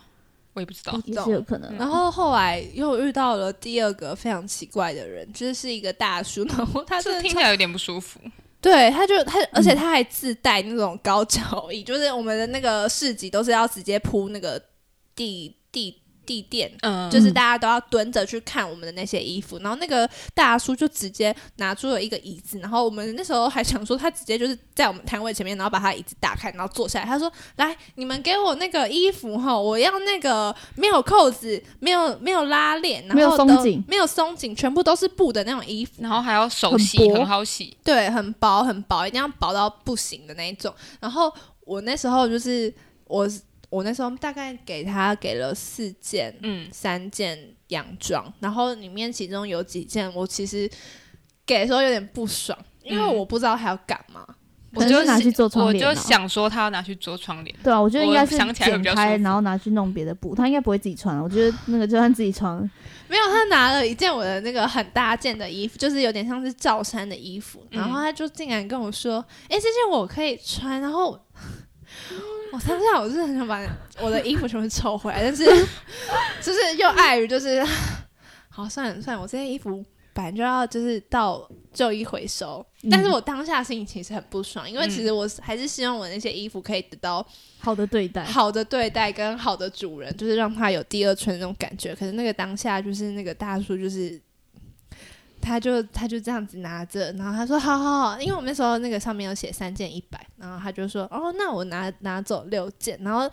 [SPEAKER 2] 我也不知道。
[SPEAKER 3] 也是有可能。
[SPEAKER 1] 然后后来又遇到了第二个非常奇怪的人，就是是一个大叔，然后他
[SPEAKER 2] 这
[SPEAKER 1] 真的
[SPEAKER 2] 听
[SPEAKER 1] 超
[SPEAKER 2] 起来有点不舒服。
[SPEAKER 1] 对，他就他，而且他还自带那种高脚椅，就是我们的那个市集都是要直接铺那个地地地垫，
[SPEAKER 2] 嗯，
[SPEAKER 1] 就是大家都要蹲着去看我们的那些衣服，然后那个大叔就直接拿出了一个椅子，然后我们那时候还想说他直接就是在我们摊位前面，然后把他椅子打开，然后坐下来，他说：“来，你们给我那个衣服哈，我要那个没有扣子，没有没有拉链，然后
[SPEAKER 3] 没有松
[SPEAKER 1] 都
[SPEAKER 3] 紧
[SPEAKER 1] 没有松紧，全部都是布的那种衣服。”
[SPEAKER 2] 然后还要手
[SPEAKER 3] 很
[SPEAKER 2] 洗，
[SPEAKER 3] 薄
[SPEAKER 2] 很好洗，
[SPEAKER 1] 对，很薄很薄，一定要薄到不行的那一种。然后我那时候就是我我那时候大概给他给了四件
[SPEAKER 2] 嗯，
[SPEAKER 1] 三件洋装，然后里面其中有几件我其实给的时候有点不爽，因为
[SPEAKER 2] 嗯
[SPEAKER 1] 我不知道还要干嘛。
[SPEAKER 2] 我
[SPEAKER 3] 可能
[SPEAKER 2] 就是
[SPEAKER 3] 拿去做窗
[SPEAKER 2] 我
[SPEAKER 3] 帘啊
[SPEAKER 2] 就想说他要拿去做窗帘，
[SPEAKER 3] 对啊，我觉得应该是
[SPEAKER 2] 我想起来会
[SPEAKER 3] 剪
[SPEAKER 2] 比较
[SPEAKER 3] 开，
[SPEAKER 2] 舒服
[SPEAKER 3] 然后拿去弄别的布，他应该不会自己穿了。我觉得那个就算自己穿，
[SPEAKER 1] 没有，他拿了一件我的那个很大件的衣服，就是有点像是罩衫的衣服，
[SPEAKER 2] 嗯
[SPEAKER 1] 然后他就竟然跟我说：“哎、这件我可以穿。”然后我 我当下我真的很想把我的衣服全部抽回来，但是 就是又碍于就是， 好算了算了，我这件衣服本来就要就是到旧衣回收，
[SPEAKER 3] 嗯
[SPEAKER 1] 但是我当下心情其实很不爽，因为
[SPEAKER 2] 嗯
[SPEAKER 1] 其实我还是希望我那些衣服可以得到
[SPEAKER 3] 好的对待，
[SPEAKER 1] 好的对待跟好的主人，就是让他有第二春那种感觉。可是那个当下，就是那个大叔，就是他就他就这样子拿着，然后他说：“好好好，因为我们那时候那个上面有写三件一百，然后他就说：‘哦，那我拿拿走六件，然后。’”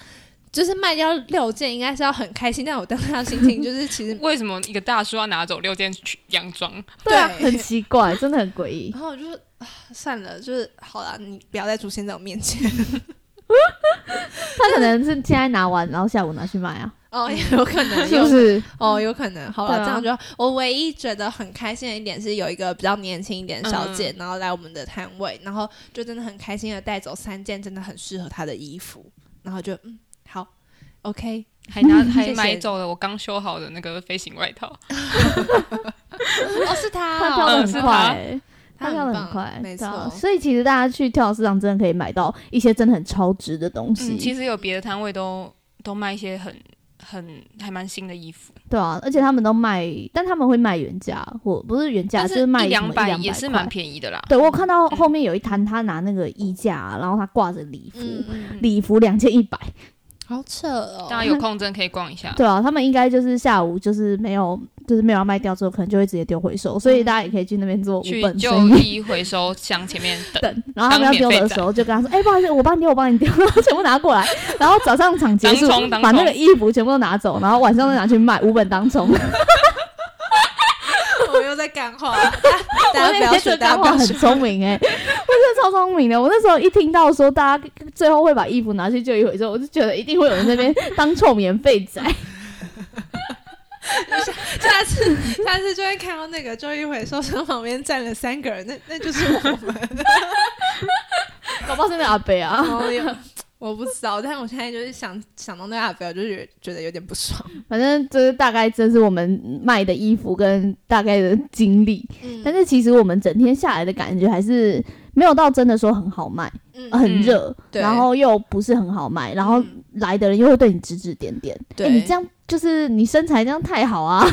[SPEAKER 1] 就是卖掉六件，应该是要很开心，但我当下心情就是 其实
[SPEAKER 2] 为什么一个大叔要拿走六件洋装？
[SPEAKER 3] 对啊，
[SPEAKER 1] 对
[SPEAKER 3] 很奇怪，真的很诡异
[SPEAKER 1] 然。后我就啊算了，就是好啦，你不要再出现在我面前
[SPEAKER 3] 他可能是现在拿完，然后下午拿去卖啊，
[SPEAKER 1] 哦，也有可
[SPEAKER 2] 哎
[SPEAKER 1] 能，
[SPEAKER 3] 是
[SPEAKER 1] 有
[SPEAKER 3] 不是？
[SPEAKER 1] 哦，有可能。好了，
[SPEAKER 3] 对啊
[SPEAKER 1] 这样就好我唯一觉得很开心的一点是，有一个比较年轻一点的小姐，然后来我们的摊位，然后就真的很开心的带走三件真的很适合她的衣服，然后就嗯好，OK，
[SPEAKER 2] 还拿
[SPEAKER 1] 谢
[SPEAKER 2] 还
[SPEAKER 1] 谢
[SPEAKER 2] 买走了我刚修好的那个飞行外套，
[SPEAKER 1] 哦是
[SPEAKER 3] 他
[SPEAKER 1] 她
[SPEAKER 3] 跳
[SPEAKER 1] 哦，
[SPEAKER 3] 的
[SPEAKER 2] 嗯是
[SPEAKER 3] 很
[SPEAKER 2] 他
[SPEAKER 3] 快、欸，
[SPEAKER 1] 她
[SPEAKER 3] 跳的
[SPEAKER 1] 很
[SPEAKER 3] 很
[SPEAKER 1] 棒
[SPEAKER 3] 快，
[SPEAKER 1] 没
[SPEAKER 3] 对啊
[SPEAKER 1] 错。
[SPEAKER 3] 所以其实大家去跳蚤市场真的可以买到一些真的很超值的东西，
[SPEAKER 2] 嗯，其实有别的摊位都都卖一些很很还蛮新的衣服，
[SPEAKER 3] 对啊，而且他们都卖，但他们会卖原价，或不是原价，
[SPEAKER 2] 但
[SPEAKER 3] 就是卖
[SPEAKER 2] 一
[SPEAKER 3] 什
[SPEAKER 2] 两
[SPEAKER 3] 么一两
[SPEAKER 2] 百
[SPEAKER 3] 百
[SPEAKER 2] 也是
[SPEAKER 3] 块
[SPEAKER 2] 蛮便宜的嗯啦。
[SPEAKER 3] 对我有看到后面有一摊，他拿那个衣架啊、然后他挂着礼服，
[SPEAKER 1] 嗯嗯，
[SPEAKER 3] 礼服两千一百。
[SPEAKER 1] 好扯哦！
[SPEAKER 2] 大家有空真的可以逛一下。
[SPEAKER 3] 对啊，他们应该就是下午就是没有，就是没有要卖掉之后，可能就会直接丢回收，所以大家也可以去那边做
[SPEAKER 2] 嗯去
[SPEAKER 3] 无本
[SPEAKER 2] 旧
[SPEAKER 3] 生意。
[SPEAKER 2] 衣回收箱前面 等，
[SPEAKER 3] 等，然后他们要丢的时候，就跟他说：“哎、不好意思，我帮你丢，我帮你丢， 然后全部拿过来。”然后早上场结束
[SPEAKER 2] 当冲，当冲
[SPEAKER 3] 把那个衣服全部都拿走，然后晚上再拿去卖，无本当 中。
[SPEAKER 1] 我又在干话，大家不
[SPEAKER 3] 我那
[SPEAKER 1] 要
[SPEAKER 3] 天这
[SPEAKER 1] 学，
[SPEAKER 3] 个
[SPEAKER 1] 大家
[SPEAKER 3] 干
[SPEAKER 1] 不
[SPEAKER 3] 话
[SPEAKER 1] 要
[SPEAKER 3] 很
[SPEAKER 1] 学。
[SPEAKER 3] 聪明哎、我真的超聪明的。我那时候一听到说大家最后会把衣服拿去旧衣回收，我就觉得一定会有人在那边当臭棉被仔。
[SPEAKER 1] 下次下次就会看到那个周一回收车旁边站了三个人，那那就是我们。
[SPEAKER 3] 搞不好是那个阿伯啊，
[SPEAKER 1] 哦，有我不知道，但我现在就是想想到那个阿伯，我就觉得觉得有点不爽。
[SPEAKER 3] 反正就是大概这是我们卖的衣服跟大概的经历。
[SPEAKER 1] 嗯
[SPEAKER 3] 但是其实我们整天下来的感觉还是没有到真的说很好卖，
[SPEAKER 1] 嗯
[SPEAKER 3] 呃很热，
[SPEAKER 1] 对
[SPEAKER 3] 然后又不是很好卖，然后
[SPEAKER 1] 嗯
[SPEAKER 3] 来的人又会对你指指点点。
[SPEAKER 1] 对
[SPEAKER 3] 哎你这样就是你身材这样太 好啊。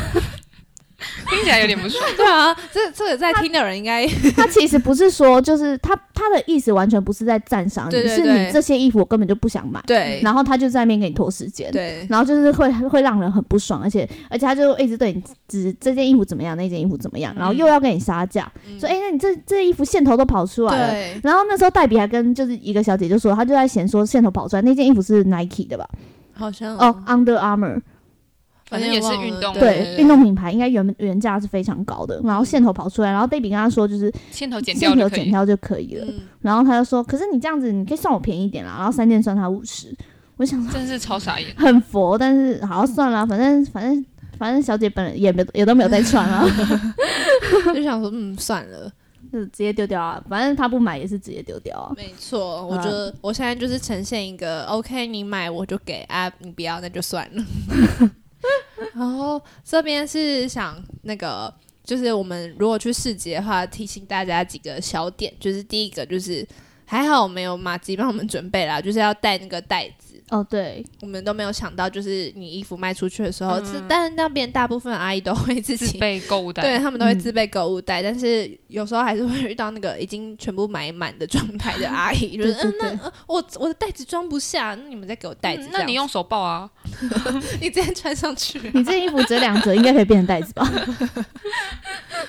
[SPEAKER 2] 听起来有点不爽。
[SPEAKER 1] 对啊，这这个在听的人应该
[SPEAKER 3] 他其实不是说，就是他他的意思完全不是在赞赏你，
[SPEAKER 1] 对对
[SPEAKER 3] 是
[SPEAKER 1] 对
[SPEAKER 3] 你这些衣服我根本就不想买，
[SPEAKER 1] 对
[SPEAKER 3] 然后他就在那边给你拖时间，
[SPEAKER 1] 对嗯
[SPEAKER 3] 然后就是会会让人很不爽，而且而且他就一直对你指这件衣服怎么样，那件衣服怎么样，然后又要跟你杀价，
[SPEAKER 1] 嗯
[SPEAKER 3] 说哎、诶那你这这衣服线头都跑出来了。
[SPEAKER 1] 对
[SPEAKER 3] 然后那时候黛比还跟就是一个小姐就说，她就在嫌说线头跑出来，那件衣服是 Nike 的吧？
[SPEAKER 1] 好像
[SPEAKER 3] 哦、u n d e r Armour，
[SPEAKER 2] 反正也是运动
[SPEAKER 1] 嗯对
[SPEAKER 3] 对，运动品牌应该原原价是非非常高的，然后线头跑出来，然后黛比跟她说就是
[SPEAKER 2] 线头剪掉
[SPEAKER 3] 线
[SPEAKER 2] 就
[SPEAKER 3] 头
[SPEAKER 2] 可
[SPEAKER 3] 剪
[SPEAKER 2] 以。
[SPEAKER 3] 掉就可以了。
[SPEAKER 1] 嗯
[SPEAKER 3] 然后他就说：“可是你这样子，你可以算我便宜一点啦。”然后三件算他五十，我想说
[SPEAKER 2] 真是超傻眼，
[SPEAKER 3] 很佛，但是好算了，反正反正反正小姐本人也没也都没有再穿 啊，
[SPEAKER 1] 就想说嗯算了，
[SPEAKER 3] 就直接丢掉啊。反正他不买也是直接丢掉啊。
[SPEAKER 1] 没错，我
[SPEAKER 3] 啊
[SPEAKER 1] 觉得我现在就是呈现一个 OK，你买我就给啊，你不要那就算了。然后这边是想那个。就是我们如果去市集的话，提醒大家几个小点，就是第一个就是还好我们有马吉帮我们准备啦，就是要带那个袋子，
[SPEAKER 3] 哦，对，
[SPEAKER 1] 我们都没有想到，就是你衣服卖出去的时候，是但是那边大部分阿姨都会自
[SPEAKER 2] 自
[SPEAKER 1] 己，
[SPEAKER 2] 备购物
[SPEAKER 1] 对
[SPEAKER 2] 袋。
[SPEAKER 1] 他们都会自备购物袋，但是有时候还是会遇到那个已经全部买满的状态 的阿姨，就是
[SPEAKER 3] 对对
[SPEAKER 1] 嗯，那、呃我我的袋子装不下，那你们再给我袋子、
[SPEAKER 2] 嗯
[SPEAKER 1] 这
[SPEAKER 2] 那
[SPEAKER 1] 样
[SPEAKER 2] 你用手抱啊， 嗯
[SPEAKER 1] 你直接穿上 去。
[SPEAKER 3] 你这衣服折两折应该可以变成袋子 吧？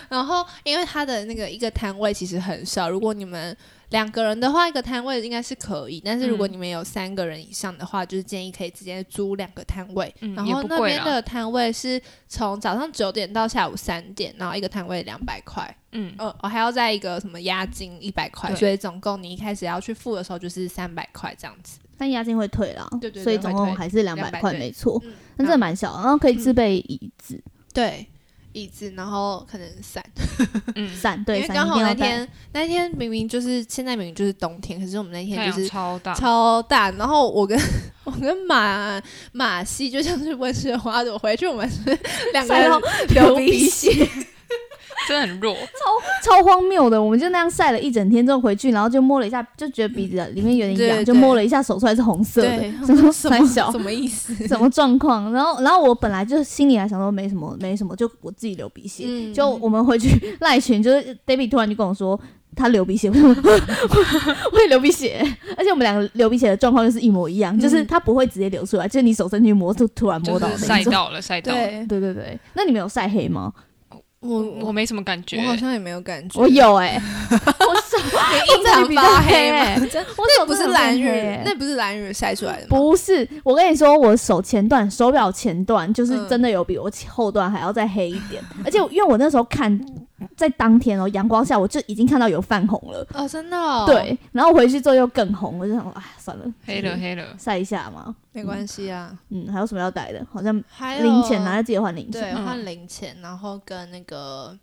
[SPEAKER 1] 然后，因为它的那个一个摊位其实很少，如果你们两个人的话，一个摊位应该是可以。但是如果
[SPEAKER 2] 嗯
[SPEAKER 1] 你们有三个人以上的话，就是建议可以直接租两个摊位。
[SPEAKER 2] 嗯
[SPEAKER 1] 然
[SPEAKER 2] 也
[SPEAKER 1] 后
[SPEAKER 2] 不
[SPEAKER 1] 那
[SPEAKER 2] 贵
[SPEAKER 1] 边
[SPEAKER 2] 啦
[SPEAKER 1] 的摊位是从早上九点到下午三点，然后一个摊位两百块，
[SPEAKER 2] 嗯，
[SPEAKER 1] 呃，我还要再一个什么押金一百块，
[SPEAKER 2] 对
[SPEAKER 1] 所以总共你一开始要去付的时候就是三百块这样子。
[SPEAKER 3] 但押金会退啦，
[SPEAKER 1] 对对对
[SPEAKER 3] 所以总
[SPEAKER 1] 会
[SPEAKER 3] 共
[SPEAKER 1] 退
[SPEAKER 3] 还是两百
[SPEAKER 1] 200
[SPEAKER 3] 块，
[SPEAKER 1] 对
[SPEAKER 3] 没错
[SPEAKER 1] 嗯。
[SPEAKER 3] 那真的蛮小，然后可以自备椅子、
[SPEAKER 1] 对，椅子，然后可能伞，
[SPEAKER 2] 嗯，
[SPEAKER 3] 伞，
[SPEAKER 1] 因
[SPEAKER 3] 对，
[SPEAKER 1] 为
[SPEAKER 3] 伞
[SPEAKER 1] 刚
[SPEAKER 3] 一
[SPEAKER 1] 好
[SPEAKER 3] 定
[SPEAKER 1] 那
[SPEAKER 3] 要带。
[SPEAKER 1] 天那天明明就是现在明明就是冬天，可是我们那
[SPEAKER 2] 太
[SPEAKER 1] 天就
[SPEAKER 2] 阳
[SPEAKER 1] 是
[SPEAKER 2] 超大，
[SPEAKER 1] 超大，然后我跟我跟马马西就像是温室花朵，回去我们是两个
[SPEAKER 3] 晒
[SPEAKER 1] 人
[SPEAKER 3] 到
[SPEAKER 1] 流
[SPEAKER 3] 流
[SPEAKER 1] 鼻
[SPEAKER 3] 鼻
[SPEAKER 1] 血，
[SPEAKER 2] 真的很弱。
[SPEAKER 3] 超荒谬的，我们就那样晒了一整天之后回去，然后就摸了一下，就觉得鼻子里面有点
[SPEAKER 1] 对
[SPEAKER 3] 痒，就
[SPEAKER 1] 对
[SPEAKER 3] 摸了一下，手出来是红色的，
[SPEAKER 1] 对，
[SPEAKER 3] 什么
[SPEAKER 1] 什
[SPEAKER 3] 三小
[SPEAKER 1] 么什么意 思？
[SPEAKER 3] 什么状况？然后，然后我本来就心里还想说没什么，没什么，就我自己流鼻血。
[SPEAKER 1] 嗯
[SPEAKER 3] 就我们回去赖群，就是 David 突然就跟我说他流鼻血，我 想说我也流鼻血，而且我们两个流鼻血的状况就是一模一样，
[SPEAKER 1] 嗯
[SPEAKER 3] 就是他不会直接流出来，就是你手伸进去摸，就突然摸
[SPEAKER 2] 就
[SPEAKER 3] 到
[SPEAKER 2] 是
[SPEAKER 3] 那
[SPEAKER 2] 晒
[SPEAKER 3] 一种。
[SPEAKER 2] 到了，晒到了。
[SPEAKER 1] 对，
[SPEAKER 3] 对对对，那你们有晒黑吗？
[SPEAKER 1] 我
[SPEAKER 2] 我没什么感觉
[SPEAKER 1] 我，好像也没有感觉，
[SPEAKER 3] 我有哎、我 手
[SPEAKER 1] 你印
[SPEAKER 3] 这
[SPEAKER 1] 堂
[SPEAKER 3] 里比较
[SPEAKER 1] 发
[SPEAKER 3] 黑
[SPEAKER 1] 吗
[SPEAKER 3] 欸？
[SPEAKER 1] 真
[SPEAKER 3] 我手
[SPEAKER 1] 那不
[SPEAKER 3] 真
[SPEAKER 1] 是
[SPEAKER 3] 的很
[SPEAKER 1] 蓝
[SPEAKER 3] 黑
[SPEAKER 1] 雨
[SPEAKER 3] 欸，
[SPEAKER 1] 那不是蓝雨晒出来的吗？
[SPEAKER 3] 不是，我跟你说，我手前段、手表前段，就是
[SPEAKER 1] 嗯
[SPEAKER 3] 真的有比我后段还要再黑一点。而且因为我那时候看，在当天哦，阳光下我就已经看到有泛红了。
[SPEAKER 1] 哦，真的、哦，，
[SPEAKER 3] 对，然后回去之后又更红，我就想说，哎，算了，
[SPEAKER 2] 黑了，黑了。
[SPEAKER 3] 晒一下嘛。
[SPEAKER 1] 没关系啊，
[SPEAKER 3] 嗯，还有什么要带的？好像
[SPEAKER 1] 还有
[SPEAKER 3] 零钱拿来自己换零钱。
[SPEAKER 1] 对，
[SPEAKER 2] 嗯
[SPEAKER 1] 换零钱，然后跟那个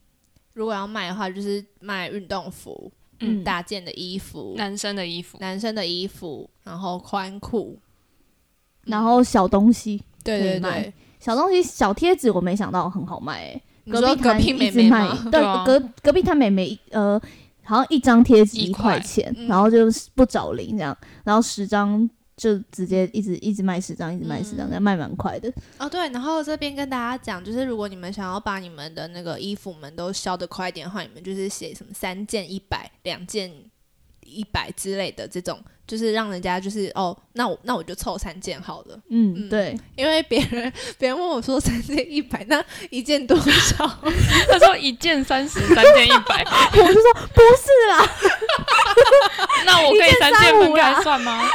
[SPEAKER 1] 如果要卖的话，就是卖运动服、
[SPEAKER 2] 嗯
[SPEAKER 1] 搭建的衣服、
[SPEAKER 2] 男生的衣服，
[SPEAKER 1] 男生的衣服，然后宽裤，
[SPEAKER 3] 然后小东西，
[SPEAKER 1] 对
[SPEAKER 3] 可以
[SPEAKER 1] 对对
[SPEAKER 3] 卖，小东西，小贴纸，我没想到很好卖、欸。
[SPEAKER 1] 你
[SPEAKER 3] 隔
[SPEAKER 1] 说
[SPEAKER 3] 壁
[SPEAKER 1] 隔
[SPEAKER 3] 摊
[SPEAKER 1] 壁
[SPEAKER 3] 一
[SPEAKER 1] 妹
[SPEAKER 3] 直
[SPEAKER 1] 妹
[SPEAKER 3] 卖
[SPEAKER 1] 吗？，
[SPEAKER 3] 对
[SPEAKER 2] 对，啊
[SPEAKER 3] 隔隔壁摊妹妹一呃，好像一张贴纸
[SPEAKER 2] 一
[SPEAKER 3] 一
[SPEAKER 2] 块
[SPEAKER 3] 块钱，
[SPEAKER 1] 嗯
[SPEAKER 3] 然后就是不找零这样，然后十张就直接一直一直卖十张，一直卖十
[SPEAKER 1] 嗯
[SPEAKER 3] 张，这样卖蛮快的。
[SPEAKER 1] 哦，对，然后这边跟大家讲，就是如果你们想要把你们的那个衣服们都销得快一点的话，你们就是写什么三件一百、两件一百之类的这种，就是让人家就是哦，那我那我就凑三件好了，
[SPEAKER 3] 嗯，
[SPEAKER 1] 嗯
[SPEAKER 3] 对，
[SPEAKER 1] 因为别人 别人问我说三件一百，那一件多少？
[SPEAKER 2] 他说一件三十，三件一百，
[SPEAKER 3] 我就说不是 啦，
[SPEAKER 2] 那我可以三件分开算吗？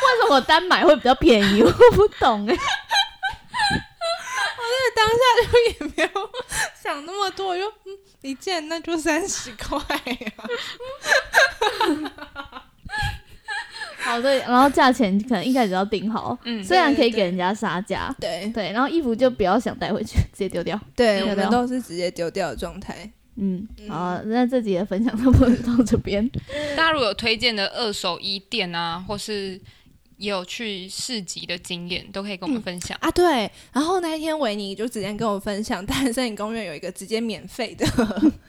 [SPEAKER 3] 为什么我单买会比较便宜？我不懂 哎、
[SPEAKER 1] 当下就也没有想那么多，我就嗯，一件那就三十块啊呀、
[SPEAKER 3] 好对，然后价钱可能一开始要定好，
[SPEAKER 2] 嗯
[SPEAKER 3] 虽然可
[SPEAKER 1] 对
[SPEAKER 3] 以
[SPEAKER 1] 对
[SPEAKER 3] 给人家杀价，
[SPEAKER 1] 对
[SPEAKER 3] 对，然后衣服就不要想带回去，直接丢掉。
[SPEAKER 1] 对，
[SPEAKER 3] 嗯
[SPEAKER 1] 我
[SPEAKER 3] 对
[SPEAKER 1] 们
[SPEAKER 3] 哦
[SPEAKER 1] 都是直接丢掉的状态。
[SPEAKER 3] 嗯，
[SPEAKER 1] 嗯
[SPEAKER 3] 好啊，那这集的分享差不多就到这边。
[SPEAKER 2] 大家如果有推荐的二手衣店啊，或是也有去市集的经验，都可以跟我们分享。
[SPEAKER 1] 啊，对。然后那一天维尼就直接跟我分享， 但森林公园有一个直接免费 的，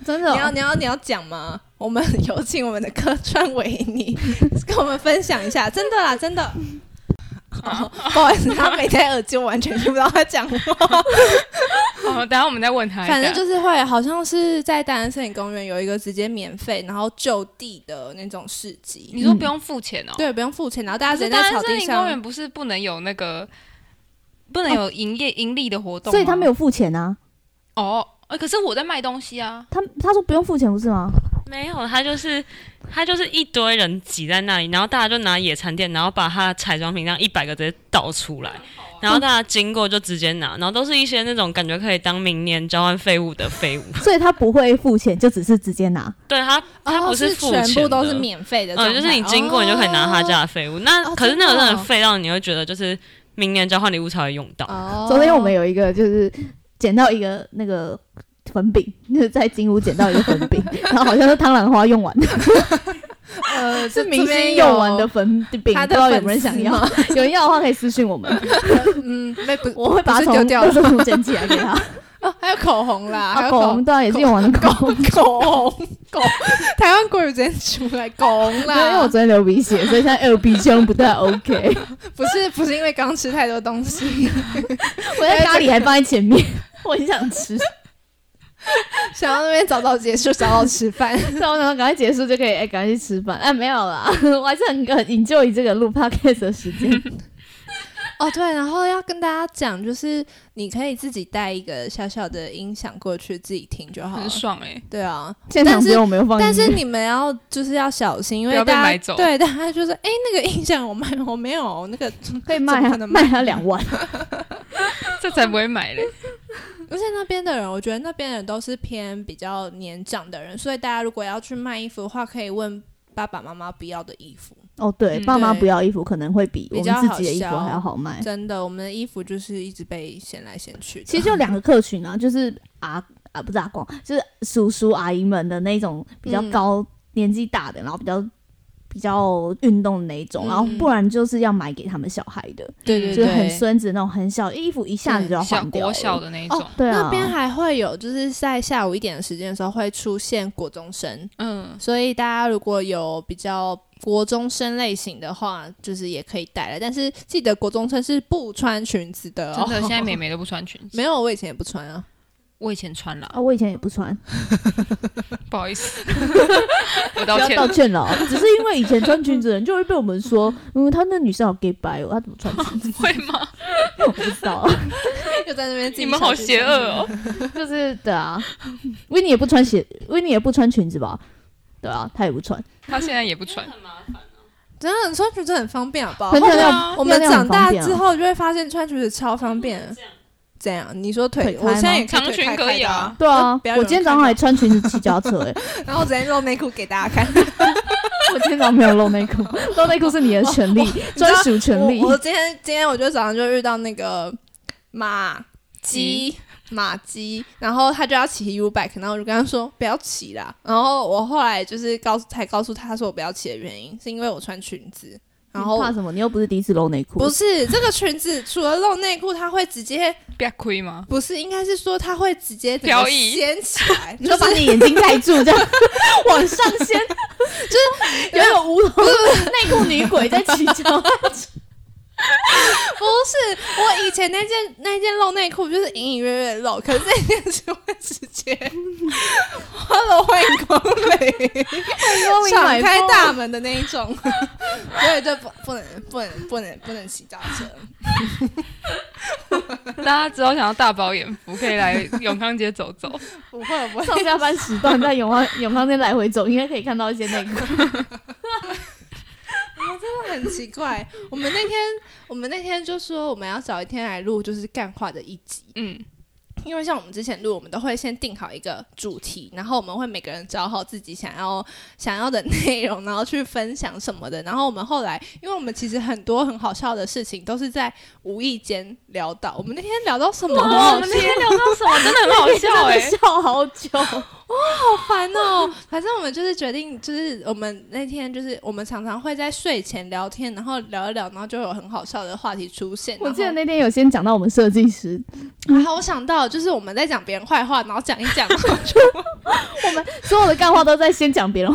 [SPEAKER 3] 真的、
[SPEAKER 1] 你要
[SPEAKER 3] 哦，
[SPEAKER 1] 你要你要讲吗？我们有请我们的客串维尼 跟我们分享一下，真的啦，真的。 哦、不好意思，他没戴耳机，我完全听不到他讲话。
[SPEAKER 2] 好，哦等一下我们再问他一下。
[SPEAKER 1] 反正就是会，好像是在大安森林公园有一个直接免费，然后就地的那种市集，
[SPEAKER 2] 你说不用付钱哦。
[SPEAKER 1] 嗯对，不用付钱，然后大家
[SPEAKER 2] 可
[SPEAKER 1] 直接
[SPEAKER 2] 是
[SPEAKER 1] 在
[SPEAKER 2] 大
[SPEAKER 1] 草
[SPEAKER 2] 安森
[SPEAKER 1] 地
[SPEAKER 2] 林公
[SPEAKER 1] 上
[SPEAKER 2] 园。不是不能有那个，不能有营业盈利的活动吗，
[SPEAKER 3] 所以他没有付钱啊。
[SPEAKER 2] 哦。呃可是我在卖东西啊，
[SPEAKER 3] 他他说不用付钱不是吗？
[SPEAKER 4] 没有，他就是他就是一堆人挤在那里，然后大家就拿野餐垫，然后把他的彩妆品这样一百个直接倒出来，然后大家经过就直接拿，然后都是一些那种感觉可以当明年交换废物的 废物。
[SPEAKER 3] 所以他不会付钱，就只是直接拿。
[SPEAKER 4] 对他，他
[SPEAKER 1] 哦
[SPEAKER 4] 不
[SPEAKER 1] 是
[SPEAKER 4] 付钱的
[SPEAKER 1] 全部都是免费的状
[SPEAKER 4] 嗯，
[SPEAKER 1] 态，
[SPEAKER 4] 就是你经过你就可以拿他家的废物。那、
[SPEAKER 1] 哦
[SPEAKER 4] 可是那个
[SPEAKER 1] 真
[SPEAKER 4] 真
[SPEAKER 1] 的哦
[SPEAKER 4] 的废到你会觉得就是明年交换礼物才会用到。
[SPEAKER 1] 哦。
[SPEAKER 3] 昨天我们有一个就是捡到一个那个粉饼， 就是在金屋捡到一个粉饼，然后好像是螳螂花用完的，
[SPEAKER 1] 呃，
[SPEAKER 3] 是
[SPEAKER 1] 这
[SPEAKER 3] 明
[SPEAKER 1] 这
[SPEAKER 3] 星
[SPEAKER 1] 边
[SPEAKER 3] 用完的粉饼，不
[SPEAKER 1] 他
[SPEAKER 3] 知
[SPEAKER 1] 的
[SPEAKER 3] 道有
[SPEAKER 1] 粉
[SPEAKER 3] 没有人
[SPEAKER 1] 丝
[SPEAKER 3] 想要
[SPEAKER 1] 吗？
[SPEAKER 3] 有人要的话可以私信我们，
[SPEAKER 1] 有，嗯，没不，
[SPEAKER 3] 我会把它
[SPEAKER 1] 不是
[SPEAKER 3] 从
[SPEAKER 1] 丢掉
[SPEAKER 3] 垃圾桶捡起来给他。
[SPEAKER 1] 哦，还有口红啦，还
[SPEAKER 3] 啊，
[SPEAKER 1] 有
[SPEAKER 3] 狗
[SPEAKER 1] 口
[SPEAKER 3] 红
[SPEAKER 1] 红，
[SPEAKER 3] 对啊，也是用完的狗红。
[SPEAKER 1] 口红，口红， 台湾国语直接出来口红
[SPEAKER 3] 对，因为我
[SPEAKER 1] 啦，
[SPEAKER 3] 昨天流鼻血，所以现在耳鼻腔不太 OK。
[SPEAKER 1] 不是不是因为刚吃太多东西，
[SPEAKER 3] 我在咖喱还放在前面，我很想吃。
[SPEAKER 1] 想要那边早早结束，早早吃饭。
[SPEAKER 3] 对，我想说赶快结束就可以，哎、赶快去吃饭。哎，没有啦， 我还是很很 enjoy 这个录 podcast 的时间。
[SPEAKER 1] 哦，对，然后要跟大家讲，就是你可以自己带一个小小的音响过去自己听就好了
[SPEAKER 2] 很。爽哎、欸，
[SPEAKER 1] 对啊，
[SPEAKER 3] 现场只有我没有放音乐，
[SPEAKER 1] 但是你们要就是要小心，因为
[SPEAKER 2] 不要被
[SPEAKER 1] 大家
[SPEAKER 2] 买走
[SPEAKER 1] 对大家就是哎、那个音响我卖我没有 那个，
[SPEAKER 3] 可以卖
[SPEAKER 1] 怎么
[SPEAKER 3] 啊
[SPEAKER 1] 可能卖
[SPEAKER 3] 卖他两万，
[SPEAKER 2] 这才不会买嘞。
[SPEAKER 1] 而且那边的人，我觉得那边的人都是偏比较年长的人，所以大家如果要去卖衣服的话，可以问爸爸妈妈不要的衣服。
[SPEAKER 3] 哦，对，
[SPEAKER 2] 嗯
[SPEAKER 3] 爸妈
[SPEAKER 1] 对
[SPEAKER 3] 不要衣服可能会比
[SPEAKER 1] 比
[SPEAKER 3] 我
[SPEAKER 1] 较
[SPEAKER 3] 们自己的衣服
[SPEAKER 1] 好销
[SPEAKER 3] 还要好卖。
[SPEAKER 1] 真的，我们的衣服就是一直被掀来掀去的。
[SPEAKER 3] 哎其实就两个客群啊， 就是阿啊不是阿公，就是叔叔阿姨们的那种比较
[SPEAKER 1] 嗯
[SPEAKER 3] 高、年纪大的，然后比较比较运动的那一
[SPEAKER 1] 嗯
[SPEAKER 3] 种，然后不然就是要买给他们小孩的，
[SPEAKER 1] 对对
[SPEAKER 3] 就
[SPEAKER 1] 对，
[SPEAKER 3] 是很孙子那种很小衣服一下子就要
[SPEAKER 2] 小
[SPEAKER 3] 换掉
[SPEAKER 2] 国
[SPEAKER 3] 了。
[SPEAKER 2] 小的那一种，
[SPEAKER 1] 哦，
[SPEAKER 3] 对啊
[SPEAKER 1] 那边还会有，就是在下午一点的时间的时候会出现国中生，
[SPEAKER 2] 嗯，
[SPEAKER 1] 所以大家如果有比较国中生类型的话，就是也可以带来。但是记得国中生是不穿裙子的、哦，
[SPEAKER 2] 真的，现在美眉都不穿裙子，
[SPEAKER 1] 没有，我以前也不穿啊。
[SPEAKER 2] 我以前穿了，
[SPEAKER 3] 啊，我以前也不穿，
[SPEAKER 2] 不好意 思，我
[SPEAKER 3] 不
[SPEAKER 2] 道
[SPEAKER 3] 要
[SPEAKER 2] 歉
[SPEAKER 3] 道。歉了 哦，只是因为以前穿裙子的人就会被我们说，嗯，他那女生好 gay 白哦，她怎么穿裙子？
[SPEAKER 2] 会吗？
[SPEAKER 3] 我不知道，
[SPEAKER 1] 就在那边自己
[SPEAKER 2] 你们好
[SPEAKER 1] 想
[SPEAKER 2] 邪恶哦！
[SPEAKER 3] 就是对啊，维尼也不穿鞋，维尼也不穿裙子吧？对啊，她也不穿。
[SPEAKER 2] 他现在也不穿，
[SPEAKER 1] 真的，你穿裙子很方便，好不好？
[SPEAKER 3] 很漂亮
[SPEAKER 1] 后来我
[SPEAKER 3] 漂
[SPEAKER 1] 们
[SPEAKER 3] 亮
[SPEAKER 1] 长
[SPEAKER 3] 很方
[SPEAKER 1] 大
[SPEAKER 3] 哦便啊
[SPEAKER 1] 之后就会发现穿裙子超方便。怎样？你说腿
[SPEAKER 3] 腿？开吗
[SPEAKER 1] 我现在也可以
[SPEAKER 2] 长
[SPEAKER 1] 腿
[SPEAKER 2] 裙
[SPEAKER 1] 开
[SPEAKER 2] 可以
[SPEAKER 1] 开的
[SPEAKER 2] 啊
[SPEAKER 1] 啊。
[SPEAKER 3] 对啊，
[SPEAKER 1] 不要有人
[SPEAKER 3] 我今天早上还穿裙子骑脚踏车哎、
[SPEAKER 1] 然后我直接露内裤给大家看。
[SPEAKER 3] 我今天早上没有露内裤，露内裤是你的权
[SPEAKER 1] 哦
[SPEAKER 3] 利，专属权利
[SPEAKER 1] 我。我今天今天我就早上就遇到那个马鸡马鸡，然后他就要骑 U bike，然后我就跟他说不要骑啦。然后我后来就是告诉才告诉他说我不要骑的原因，是因为我穿裙子，然后
[SPEAKER 3] 你。怕什么？你又不是第一次露内裤，
[SPEAKER 1] 不是这个裙子，除了露内裤，它会直接
[SPEAKER 3] 啊
[SPEAKER 2] 不要亏 吗？
[SPEAKER 1] 不是，应该是说它会直接整个
[SPEAKER 2] 飘逸
[SPEAKER 1] 掀起 来，
[SPEAKER 3] 你
[SPEAKER 1] 就
[SPEAKER 3] 就是把你眼睛盖住， 这样往上 掀，就是有一种无头内裤女鬼在骑脚踏车。
[SPEAKER 1] 不是我以前那件那件露内裤就是隐隐约约露，可是这件是会直接 花了欢迎光临，敞开大门的那一 种，所以就不不能不能不能不能骑脚踏车。
[SPEAKER 2] 大家只要想要大饱眼福，可以来永康街走走。
[SPEAKER 1] 不会不
[SPEAKER 3] 上
[SPEAKER 1] 会，
[SPEAKER 3] 下班时段在永康永康那来回走，应该可以看到一些内 裤。
[SPEAKER 1] 很奇怪。我们那天我们那天就说我们要找一天来录就是干话的一集，
[SPEAKER 2] 嗯，
[SPEAKER 1] 因为像我们之前录，我们都会先定好一个主题，然后我们会每个人找好自己想要想要的内容，然后去分享什么的。然后我们后来，因为我们其实很多很好笑的事情都是在无意间聊到。我们那天聊到什么？
[SPEAKER 3] 哇
[SPEAKER 1] 我
[SPEAKER 3] 我
[SPEAKER 1] 们
[SPEAKER 3] 们
[SPEAKER 1] 那天聊
[SPEAKER 2] 到什么真的很好笑哎、
[SPEAKER 3] 真
[SPEAKER 1] 欸
[SPEAKER 3] 的笑好久。
[SPEAKER 1] 好烦哦。反正我们就是决定，就是我们那天就是我们常常会在睡前聊天，然后聊一聊，然后就有很好笑的话题出现。
[SPEAKER 3] 我记
[SPEAKER 1] 然
[SPEAKER 3] 得
[SPEAKER 1] 后
[SPEAKER 3] 那天有先讲到我们设计师，
[SPEAKER 1] 然后我想到，就是我们在讲别人坏话，然后讲一讲，然后就
[SPEAKER 3] 我们所有的干话都在先讲别人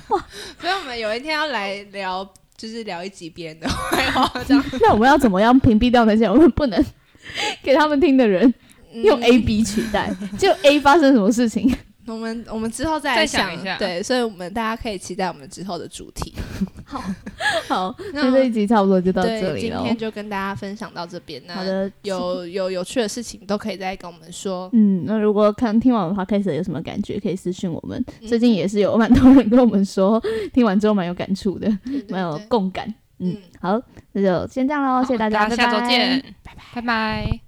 [SPEAKER 1] 所以我们有一天要来聊，就是聊一集别人的坏话，这样、
[SPEAKER 3] 那我们要怎么样屏蔽掉那些我们不能给他们听的人？
[SPEAKER 1] 嗯
[SPEAKER 3] 用 A、B 取代，就 A 发生什么 事情？
[SPEAKER 1] 我们我们之后再来
[SPEAKER 2] 再想一下
[SPEAKER 1] 对，所以我们大家可以期待我们之后的主 题。
[SPEAKER 3] 好，
[SPEAKER 1] 那
[SPEAKER 3] 那这一集差不多就到这
[SPEAKER 1] 对，
[SPEAKER 3] 里
[SPEAKER 1] 今
[SPEAKER 3] 了。
[SPEAKER 1] 天就跟大家分享到这边。
[SPEAKER 3] 好
[SPEAKER 1] 那
[SPEAKER 3] 的，
[SPEAKER 1] 有有有趣的事情都可以再跟我们说。
[SPEAKER 3] 嗯，那如果看听完我们 podcast 有什么感觉，可以私信我们。
[SPEAKER 1] 嗯
[SPEAKER 3] 最近也是有蛮多人跟我们说，听完之后蛮有感触的，
[SPEAKER 1] 对对对
[SPEAKER 3] 蛮有共感。嗯
[SPEAKER 1] 嗯，
[SPEAKER 3] 好，那就先这样喽，谢谢大家，
[SPEAKER 2] 好下周
[SPEAKER 3] 拜拜
[SPEAKER 2] 见，拜拜。拜拜